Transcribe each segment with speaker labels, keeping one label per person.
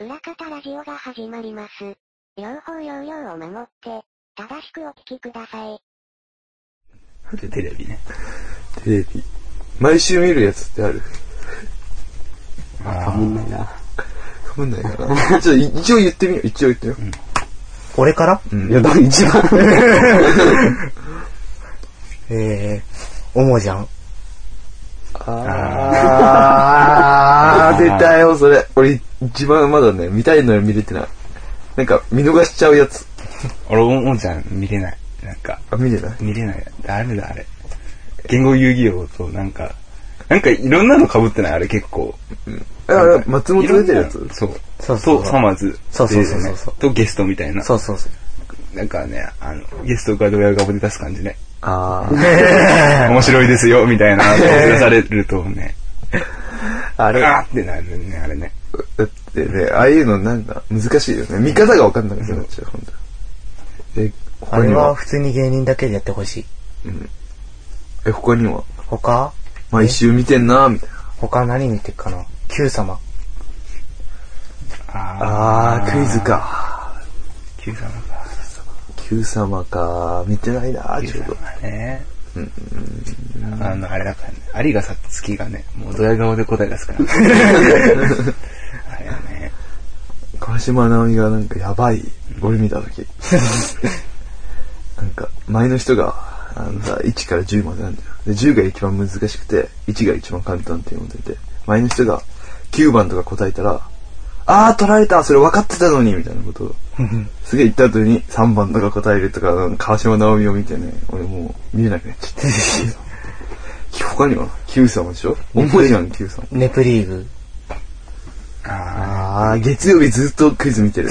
Speaker 1: 裏方ラジオが始まります。両方要領を守って、正しくお聞きください。
Speaker 2: で、テレビね。
Speaker 3: テレビ。毎週見るやつってある。
Speaker 2: あ
Speaker 4: かぶんないな。
Speaker 3: かぶんないかな。 ちょっと一応言ってみよう。一応言ってみよ
Speaker 2: 俺から
Speaker 3: う。うん。
Speaker 4: いや、だ、一番。
Speaker 2: えー、おもじゃん。
Speaker 3: あー、出たよ、それ。俺、一番まだね、見たいのよ、見れてない。なんか、見逃しちゃうやつ。
Speaker 2: 俺、おもじゃん見れない。なんか、
Speaker 3: あ、見れない
Speaker 2: 見れない。ダメだ、あれ。言語遊戯王と、なんか、なんかいろんなの被ってない、あれ結構。
Speaker 3: あ、松本出てるや
Speaker 2: いろん
Speaker 3: つ
Speaker 2: なそう。
Speaker 4: そうそうそう
Speaker 2: と、さまず。
Speaker 4: そうそうそ
Speaker 2: 出てる
Speaker 4: うそう
Speaker 2: よねと、ゲストみたいな。
Speaker 4: そう そうそう。
Speaker 2: なんかね、あの、ゲストがドヤ顔で出す感じね。
Speaker 3: あ
Speaker 2: 面白いですよ、みたいな、顔出されるとね、
Speaker 3: ー。あ
Speaker 2: あ
Speaker 3: れ、
Speaker 2: ーってなるね、あれね。
Speaker 3: だってね、ああいうのなんか、難しいよね。見方がわかんなくなっちゃう、ほんと。え、
Speaker 5: あ
Speaker 3: 他
Speaker 5: れ
Speaker 3: に
Speaker 5: は
Speaker 3: は
Speaker 5: 普通に芸人だけでやってほしい。
Speaker 3: え、他には
Speaker 5: 他
Speaker 3: 毎週見てんなー、みたいな。
Speaker 5: 他何見てっかな ?Q 様。
Speaker 3: あー、クイズ。か。
Speaker 2: Q 様か。
Speaker 3: Q 様か。見てないなー、ちょうど。
Speaker 2: ね。あの、あれだからね。有賀さつきがね、もうドヤ顔で答え出すから。あれはね。
Speaker 3: 川島直美がなんかやばい。俺見たとき。なんか、前の人が、あのさ、1から10までなんだよ。で、10が一番難しくて、1が一番簡単って読んでて、前の人が9番とか答えたら、あー取られたそれ分かってたのにみたいなことを。すげえ言った後に3番とか答えるとか、あの川島直美を見てね、俺もう見れなくなっちゃって。他には ?Q 様でしょ重いじゃん、Q 様。
Speaker 5: ネプリーグ。
Speaker 2: あ
Speaker 3: ああ、月曜日ずっとクイズ見てる。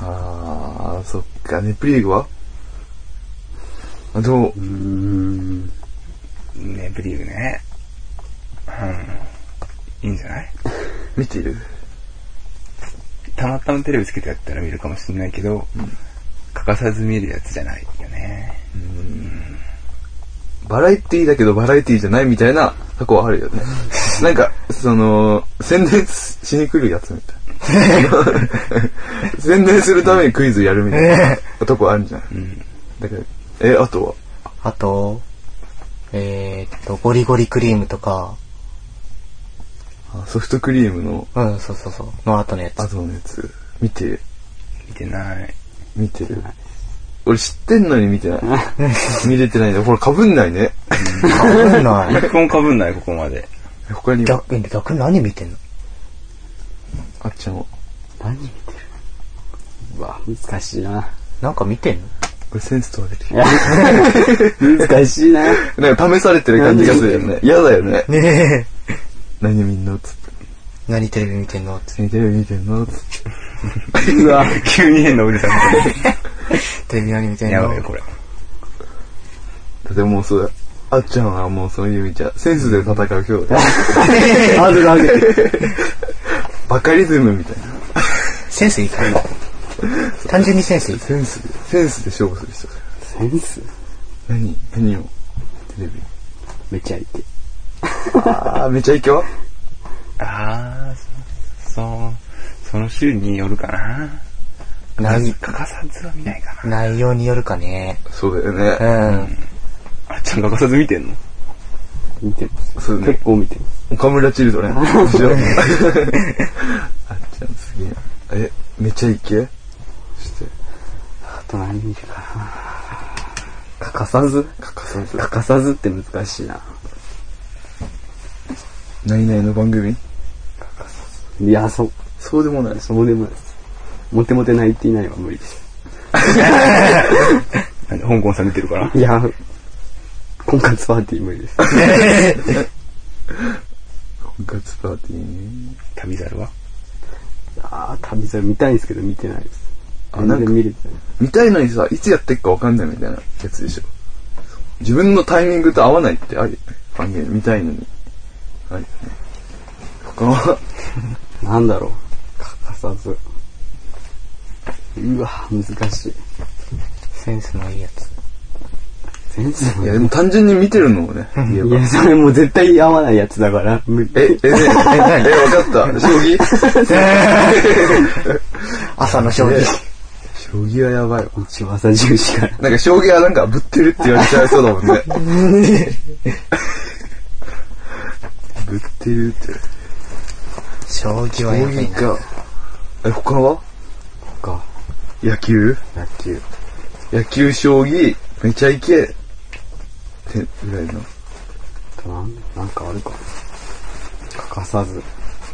Speaker 3: ああ、そっか、ネプリーグはあ、でも、
Speaker 2: ーね、ブリーグね。うん。いいんじゃない
Speaker 3: 見てる
Speaker 2: たまたまテレビつけてやったら見るかもしれないけど、欠かさず見るやつじゃないよね。
Speaker 3: バラエティだけどバラエティじゃないみたいな過去はあるよね。なんか、その、宣伝しに来るやつみたいな。宣伝するためにクイズやるみたいなとこあるじゃん。
Speaker 2: うん。
Speaker 3: だから、え、あとは
Speaker 5: あと、えーっと、ゴリゴリクリームとか、
Speaker 3: あソフトクリームの
Speaker 5: うん、そうそうそう、の後のやつ。
Speaker 3: 後のやつ、見て、
Speaker 2: 見てない。
Speaker 3: 見てる。俺知ってんのに見 てない。見れてないんだ。ほら、被んないね。
Speaker 5: かぶんない。
Speaker 2: 一本かぶんない、ここまで。
Speaker 3: 他には、
Speaker 5: 逆に、逆に何見てんの
Speaker 3: あっちゃんは。
Speaker 4: 何見てるうわ、難しいな。
Speaker 5: なんか見てんの
Speaker 3: 俺センス問われてる。
Speaker 4: 難しいな。
Speaker 3: なんか試されてる感じがするよね。嫌だよね。
Speaker 5: ね
Speaker 3: 何みんなつって。
Speaker 5: え。何テレビ見てんのって。
Speaker 3: 何テレビ見てんのつって。
Speaker 4: うわ、
Speaker 2: 急に変なおじさんみたい
Speaker 5: テレビ何見て
Speaker 2: な。
Speaker 5: ん
Speaker 2: や
Speaker 5: の
Speaker 2: ばいよ、これ。
Speaker 3: だってもうそうだ。あっちゃんはもうそういう意味じゃ、センスで戦う今日だ。
Speaker 4: ハードル上げて。
Speaker 3: バカリズムみたいな。
Speaker 5: センスいいから。単純にセンスいい。
Speaker 3: センスで、センスで勝負する人だよ。
Speaker 4: センス
Speaker 3: 何何をテレビ。
Speaker 4: めちゃいて。
Speaker 3: あー、めちゃイケは
Speaker 2: ああ、そそう、その週によるかな。
Speaker 5: 内
Speaker 2: 欠かさずは見ないかな。
Speaker 5: 内容によるかね。
Speaker 3: そうだよね。
Speaker 5: うん。
Speaker 2: あっちゃん欠かさず見てんの
Speaker 4: 見てます。
Speaker 3: そうだね
Speaker 4: 結。構見てます。
Speaker 3: 岡村チル ドレン。でしょあっちゃんすげえ。え、めちゃイケして。
Speaker 4: あと何見るかな。欠かさず
Speaker 3: 欠かさず。
Speaker 4: 欠かさずって難しいな。
Speaker 3: 何々の番組
Speaker 4: いや、そう、
Speaker 3: そうでもないです。
Speaker 4: そうでもないです。モテモテ泣いていないは無理です。
Speaker 2: なんで香港さん見てるから。
Speaker 4: いや、婚活パーティー無理です。
Speaker 3: 婚活パーティーね。
Speaker 2: 旅猿は
Speaker 4: あー、旅猿見たいんですけど見てないです。
Speaker 3: あ
Speaker 4: 全
Speaker 3: なんか
Speaker 4: 然見れてない。
Speaker 3: 見たいのにさ、いつやってっかわかんないみたいなやつでしょ。自分のタイミングと合わないってあるよね。番組見たいのに。あるよね。他は、
Speaker 4: なんだろう。欠かさず。うわ、難しい。
Speaker 5: センスのいいやつ。
Speaker 4: 全然。
Speaker 3: いや、でも単純に見てるのもね、言え
Speaker 4: い
Speaker 3: ば。
Speaker 4: や、それもう絶対合わないやつだから。無
Speaker 3: え、え、ねえ、え、 分かった。将棋
Speaker 5: 朝の将棋
Speaker 3: ね。将棋はやばいわ。
Speaker 4: 一応朝10時から。
Speaker 3: なんか将棋はなんかぶってるって言われちゃいそうだもんね。 ぶってるって。
Speaker 5: 将棋
Speaker 3: 将
Speaker 5: はやばい
Speaker 3: 棋
Speaker 5: な。
Speaker 3: か。え、他は
Speaker 4: か。
Speaker 3: 野球
Speaker 4: 野球。
Speaker 3: 野球、将棋、めちゃイケ。ってぐらいの。
Speaker 4: あとなん、なんかあるか。欠かさず。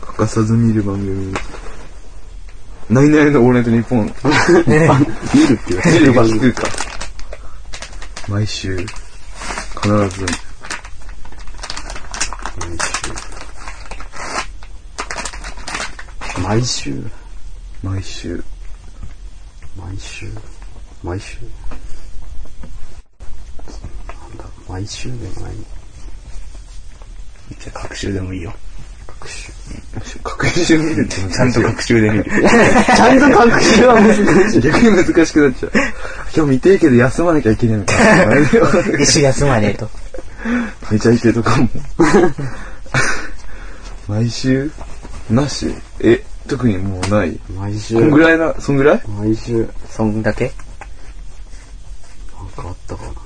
Speaker 3: 欠かさず見る番組。ないないのオールナイトニッポン。
Speaker 4: 見るっていう。
Speaker 3: テレビ
Speaker 4: 番
Speaker 3: 聞
Speaker 4: 組。
Speaker 3: くか。毎週、必ず。
Speaker 4: 毎週。
Speaker 3: 毎週。
Speaker 4: 毎週。毎週。なんだ、毎週でもない。
Speaker 2: じゃあ、各週でもいいよ。
Speaker 4: 各週。
Speaker 3: 各週見るって
Speaker 2: ちゃんと各週で見る。
Speaker 4: ちゃんと各週は難しい。
Speaker 3: 逆に難しくなっちゃう。今日見てえけど休まなきゃいけないのかな。
Speaker 5: 一週休まねえと。
Speaker 3: めちゃイケとかも。毎週なしえ、特にもうない。
Speaker 4: 毎週
Speaker 3: こ。んぐらいな、そんぐらい
Speaker 4: 毎週。なん
Speaker 5: そんだけ
Speaker 4: かあったかなと。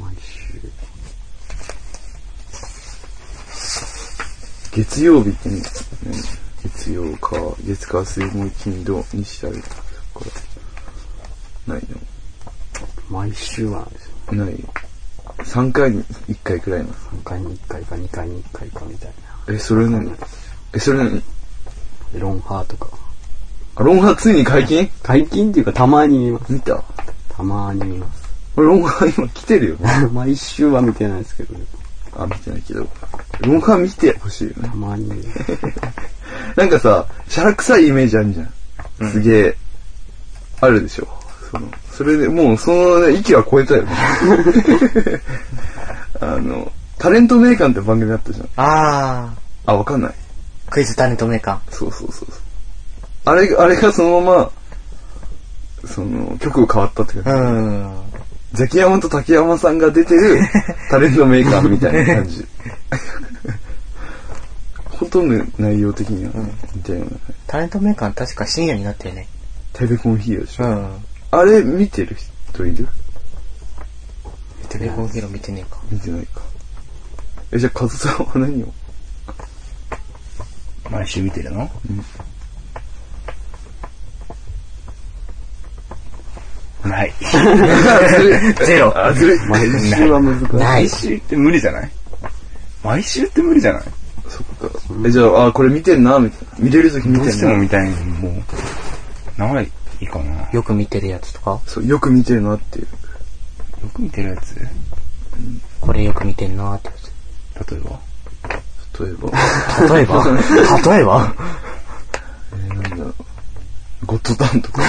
Speaker 4: 毎週。
Speaker 3: 月曜日ってね、月曜か、月火水もう金土にしてあげた。そっから。ない
Speaker 4: 毎週はないですよ。
Speaker 3: のない。3回に1回くらいな。
Speaker 4: 3回に1回か2回に1回かみたい
Speaker 3: え、それ何え、それ何
Speaker 4: な。ロンハーとか。
Speaker 3: あロンハーついに解禁
Speaker 4: 解禁っていうかたまに見ます。
Speaker 3: 見た
Speaker 4: たまに見ます。
Speaker 3: 俺ロンハー今来てるよね。
Speaker 4: 毎週は見てないですけど、ね、
Speaker 3: あ、見てないけど。ロンハー見てほしいよね
Speaker 4: た。まに見ます。
Speaker 3: なんかさ、シャラ臭いイメージあるじゃん。すげえ、あるでしょ。その、それでもうその域は超えたよね。あの、タレント名鑑って番組あったじゃん。
Speaker 5: あ
Speaker 3: あ、わかんない。
Speaker 5: ー、クイズタネットメーカ
Speaker 3: そうそうそうそう。あれ、あれがそのまま、その、曲が変わったっていうか、
Speaker 5: ー。う
Speaker 3: ザキヤマと竹山さんが出て るタレントメーカーみたいな感じ。ほとんど内容的にはね、みたいな。
Speaker 5: ーん。タネットメーカー確か深夜になったよね。
Speaker 3: テレコンヒーローでしょ。
Speaker 5: ん。
Speaker 3: あれ見てる人いる
Speaker 5: テレフォンヒーロー見てねえか。
Speaker 3: 見てないか。え、じゃあ、カズさんは 何を
Speaker 2: 毎週見てるの ない。
Speaker 5: ゼロ。
Speaker 3: あ、ずれ。
Speaker 4: 毎週は難しい。
Speaker 5: ない
Speaker 2: 毎。週って無理じゃない毎週って無理じゃない
Speaker 3: そっか。え、じゃあ、あ、これ見てんな、みたいな。見れる時見
Speaker 2: どう
Speaker 3: て
Speaker 2: しても
Speaker 3: んな。
Speaker 2: 見たいのにもう、ないかな。よ
Speaker 5: よく見てるやつとか
Speaker 3: そう、よく見てるなっていう。
Speaker 2: く見てるやつ例
Speaker 5: これよく見てんなーってやつ。
Speaker 2: えば
Speaker 3: 例えば、
Speaker 5: 例えば 例えば
Speaker 3: えー、なんだろう。ゴッドタンと か。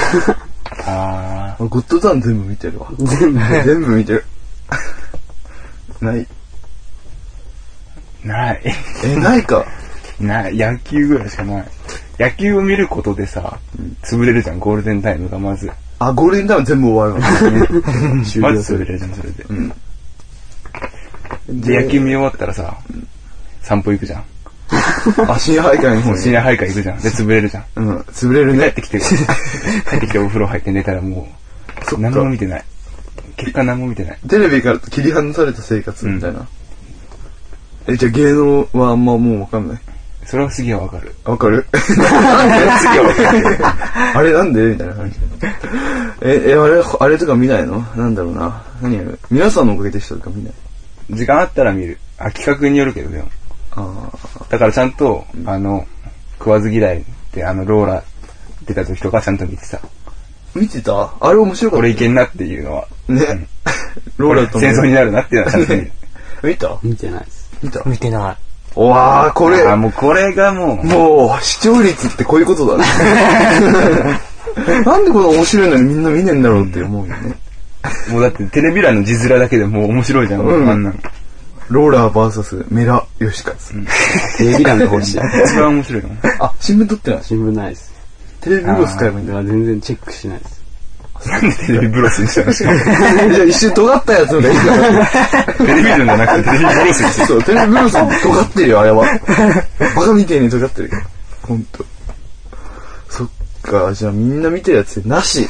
Speaker 2: あ
Speaker 3: あ、ゴッドタン全部見てるわ。
Speaker 4: 全部。
Speaker 3: 全部見てる。ない。
Speaker 2: ー、ない。
Speaker 3: え、ないか。
Speaker 2: ない。野球ぐらいしかない。野球を見ることでさ、潰れるじゃん、ゴールデンタイムがまず。
Speaker 3: あ、ゴールデンタイム全部終わるわ。 終
Speaker 2: ま
Speaker 3: 了す
Speaker 2: ず潰
Speaker 3: る。
Speaker 2: れるじゃん、それで。
Speaker 3: うん。
Speaker 2: で、野球見終わったらさ、散歩行くじゃん。
Speaker 3: あ、深夜徘徊の方に。
Speaker 2: 深夜徘徊行くじゃん。で、潰れるじゃん。
Speaker 3: うん、潰れる
Speaker 2: 帰っ
Speaker 3: ね。
Speaker 2: てき て、帰ってきてお風呂入って寝たらも、
Speaker 3: そうっ
Speaker 2: 何も見
Speaker 3: か。
Speaker 2: てない。結果何も見てない。
Speaker 3: テレビから切り離された生活みたいな。え、じゃあ芸能はあんまもうわかんない。
Speaker 2: それはすげえわかる。
Speaker 3: わか るあれなんでみたいな感じ。え、え、あれ、あれとか見ないのなんだろうな。何やる皆さんのおかげでしたとか見ない
Speaker 2: 時間あったら見る。あ、企画によるけどでも。
Speaker 3: あ
Speaker 2: だからちゃんと、あの、食わず嫌いって、あの、ローラ出た時とかちゃんと見てた。
Speaker 3: ー見てたあれ面白か
Speaker 2: こ
Speaker 3: っ
Speaker 2: れいけんなっていうのは、
Speaker 3: た。ね。 ローラとも
Speaker 2: 戦争になるなっていうのはちゃんと見る。
Speaker 3: 見た
Speaker 4: 見てないです。
Speaker 3: 見た
Speaker 5: 見てな
Speaker 3: うわー、これ、
Speaker 2: あ、もう これがもう、
Speaker 3: もう、視聴率ってこういうことだね。 なんでこの面白いのにみんな見ねえんだろうって思うよね。
Speaker 2: もうだってテレビ欄の字面だけでもう面白いじゃん、
Speaker 3: うん
Speaker 2: あんなの。
Speaker 3: ローラーバーサスメラヨシカツ。
Speaker 4: テレビ欄が欲しい。
Speaker 2: 一番面白いの。
Speaker 3: あ、新聞撮ってない
Speaker 4: 新聞ないです。
Speaker 3: テレビを使えばいいん
Speaker 4: だ
Speaker 3: だよ。
Speaker 4: から全然チェックしないです。
Speaker 2: なんでテレビブロスにしたのしか も。
Speaker 3: じゃあ一瞬尖ったやつのがいいから。
Speaker 2: テレビジョンじゃなくてテレビブロスにし て
Speaker 3: そう、テレビブロス尖ってるよ、あれは。バカみてえに尖ってるから。ほんと。そっか、じゃあみんな見てるやつなし。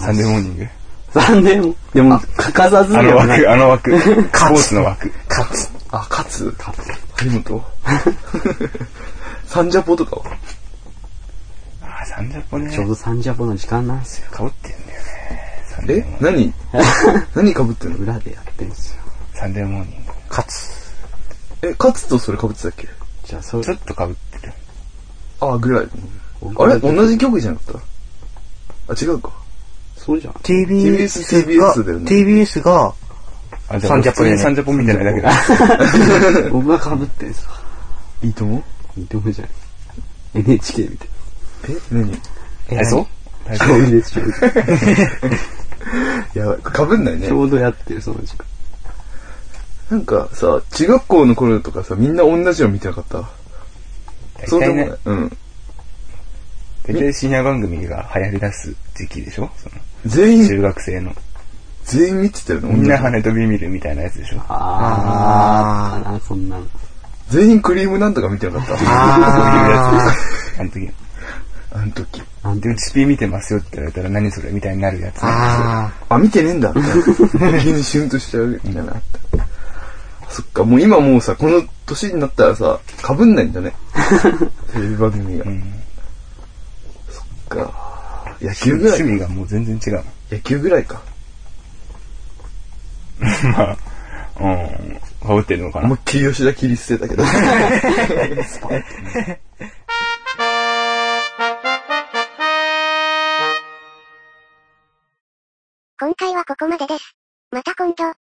Speaker 2: サンデーモーニング。
Speaker 4: 残念。でも、欠かさず
Speaker 2: あ
Speaker 4: で
Speaker 2: の
Speaker 4: はない。
Speaker 2: 枠、あの 枠。スポーツの枠。
Speaker 5: 勝つ。
Speaker 3: あ、勝つ勝つ。張 本サンジャポとかは
Speaker 2: ああ、サンジャポね
Speaker 4: ち。ょうどサンジャポの時間なんですよ。
Speaker 2: かぶってんだよね。サンデ
Speaker 3: え
Speaker 2: ーモーニング
Speaker 3: 何何被ってんの
Speaker 4: 裏でやってんすよ。
Speaker 2: サンデーモーニング。
Speaker 5: 勝つ。
Speaker 3: え、勝つとそれ被ってたっけ
Speaker 4: じゃあ、そ
Speaker 2: ちょ
Speaker 4: れ、
Speaker 2: っとかぶってる。
Speaker 3: あ、ぐらい。あれ同じ曲じゃなかったあ、違うか。
Speaker 4: そうじゃん。
Speaker 5: TBS が、
Speaker 3: TBS だよね
Speaker 5: TBS が、
Speaker 2: あ、で
Speaker 5: サ
Speaker 2: も
Speaker 5: ンジャ
Speaker 2: 普
Speaker 5: ポ
Speaker 2: 通
Speaker 5: ね
Speaker 2: にサンジャポ見てないだけだ。
Speaker 4: 僕が被ってんすよ。
Speaker 3: いいと思う
Speaker 4: いいと思うじゃん。NHK みたい
Speaker 3: え何
Speaker 2: 体操体
Speaker 4: な。
Speaker 2: 操
Speaker 4: そう NHK みたいな。
Speaker 3: やばい。被んないね
Speaker 4: ち。ょうどやってる、その時間。
Speaker 3: なんかさ、中学校の頃とかさ、みんな同じの見てなかった
Speaker 2: 大
Speaker 3: そうで
Speaker 2: 体
Speaker 3: もな
Speaker 2: ね
Speaker 3: い。。うん。
Speaker 2: 大体深夜番組が流行り出す時期でしょその
Speaker 3: 全員、
Speaker 2: 中学生の。
Speaker 3: 全員見てたよね。
Speaker 2: みんな
Speaker 3: 同じ
Speaker 2: 羽飛び見るみたいなやつでしょ
Speaker 4: あー、あな、そんなの。
Speaker 3: 全員クリームなんとか見てなかった。
Speaker 5: あ
Speaker 2: あの時。
Speaker 3: あの時。
Speaker 4: なん
Speaker 2: で、うち P 見てますよって言われたら何それみたいになるやつ
Speaker 5: ー。あ
Speaker 3: あ、見てねえんだみたいな。急にシュンとしちゃうみたいなのあった。そっか、もう今もうさ、この年になったらさ、被んないんだね。テレビ番組が。
Speaker 2: うん
Speaker 3: そっか。野球ぐら
Speaker 2: 趣
Speaker 3: い。
Speaker 2: 味がもう全然違う。
Speaker 3: 野球ぐらいか。
Speaker 2: まあ、うん、かぶってるのかな
Speaker 3: 思い。っきり吉田切り捨てたけど。
Speaker 1: 今回はここまでです。また今度。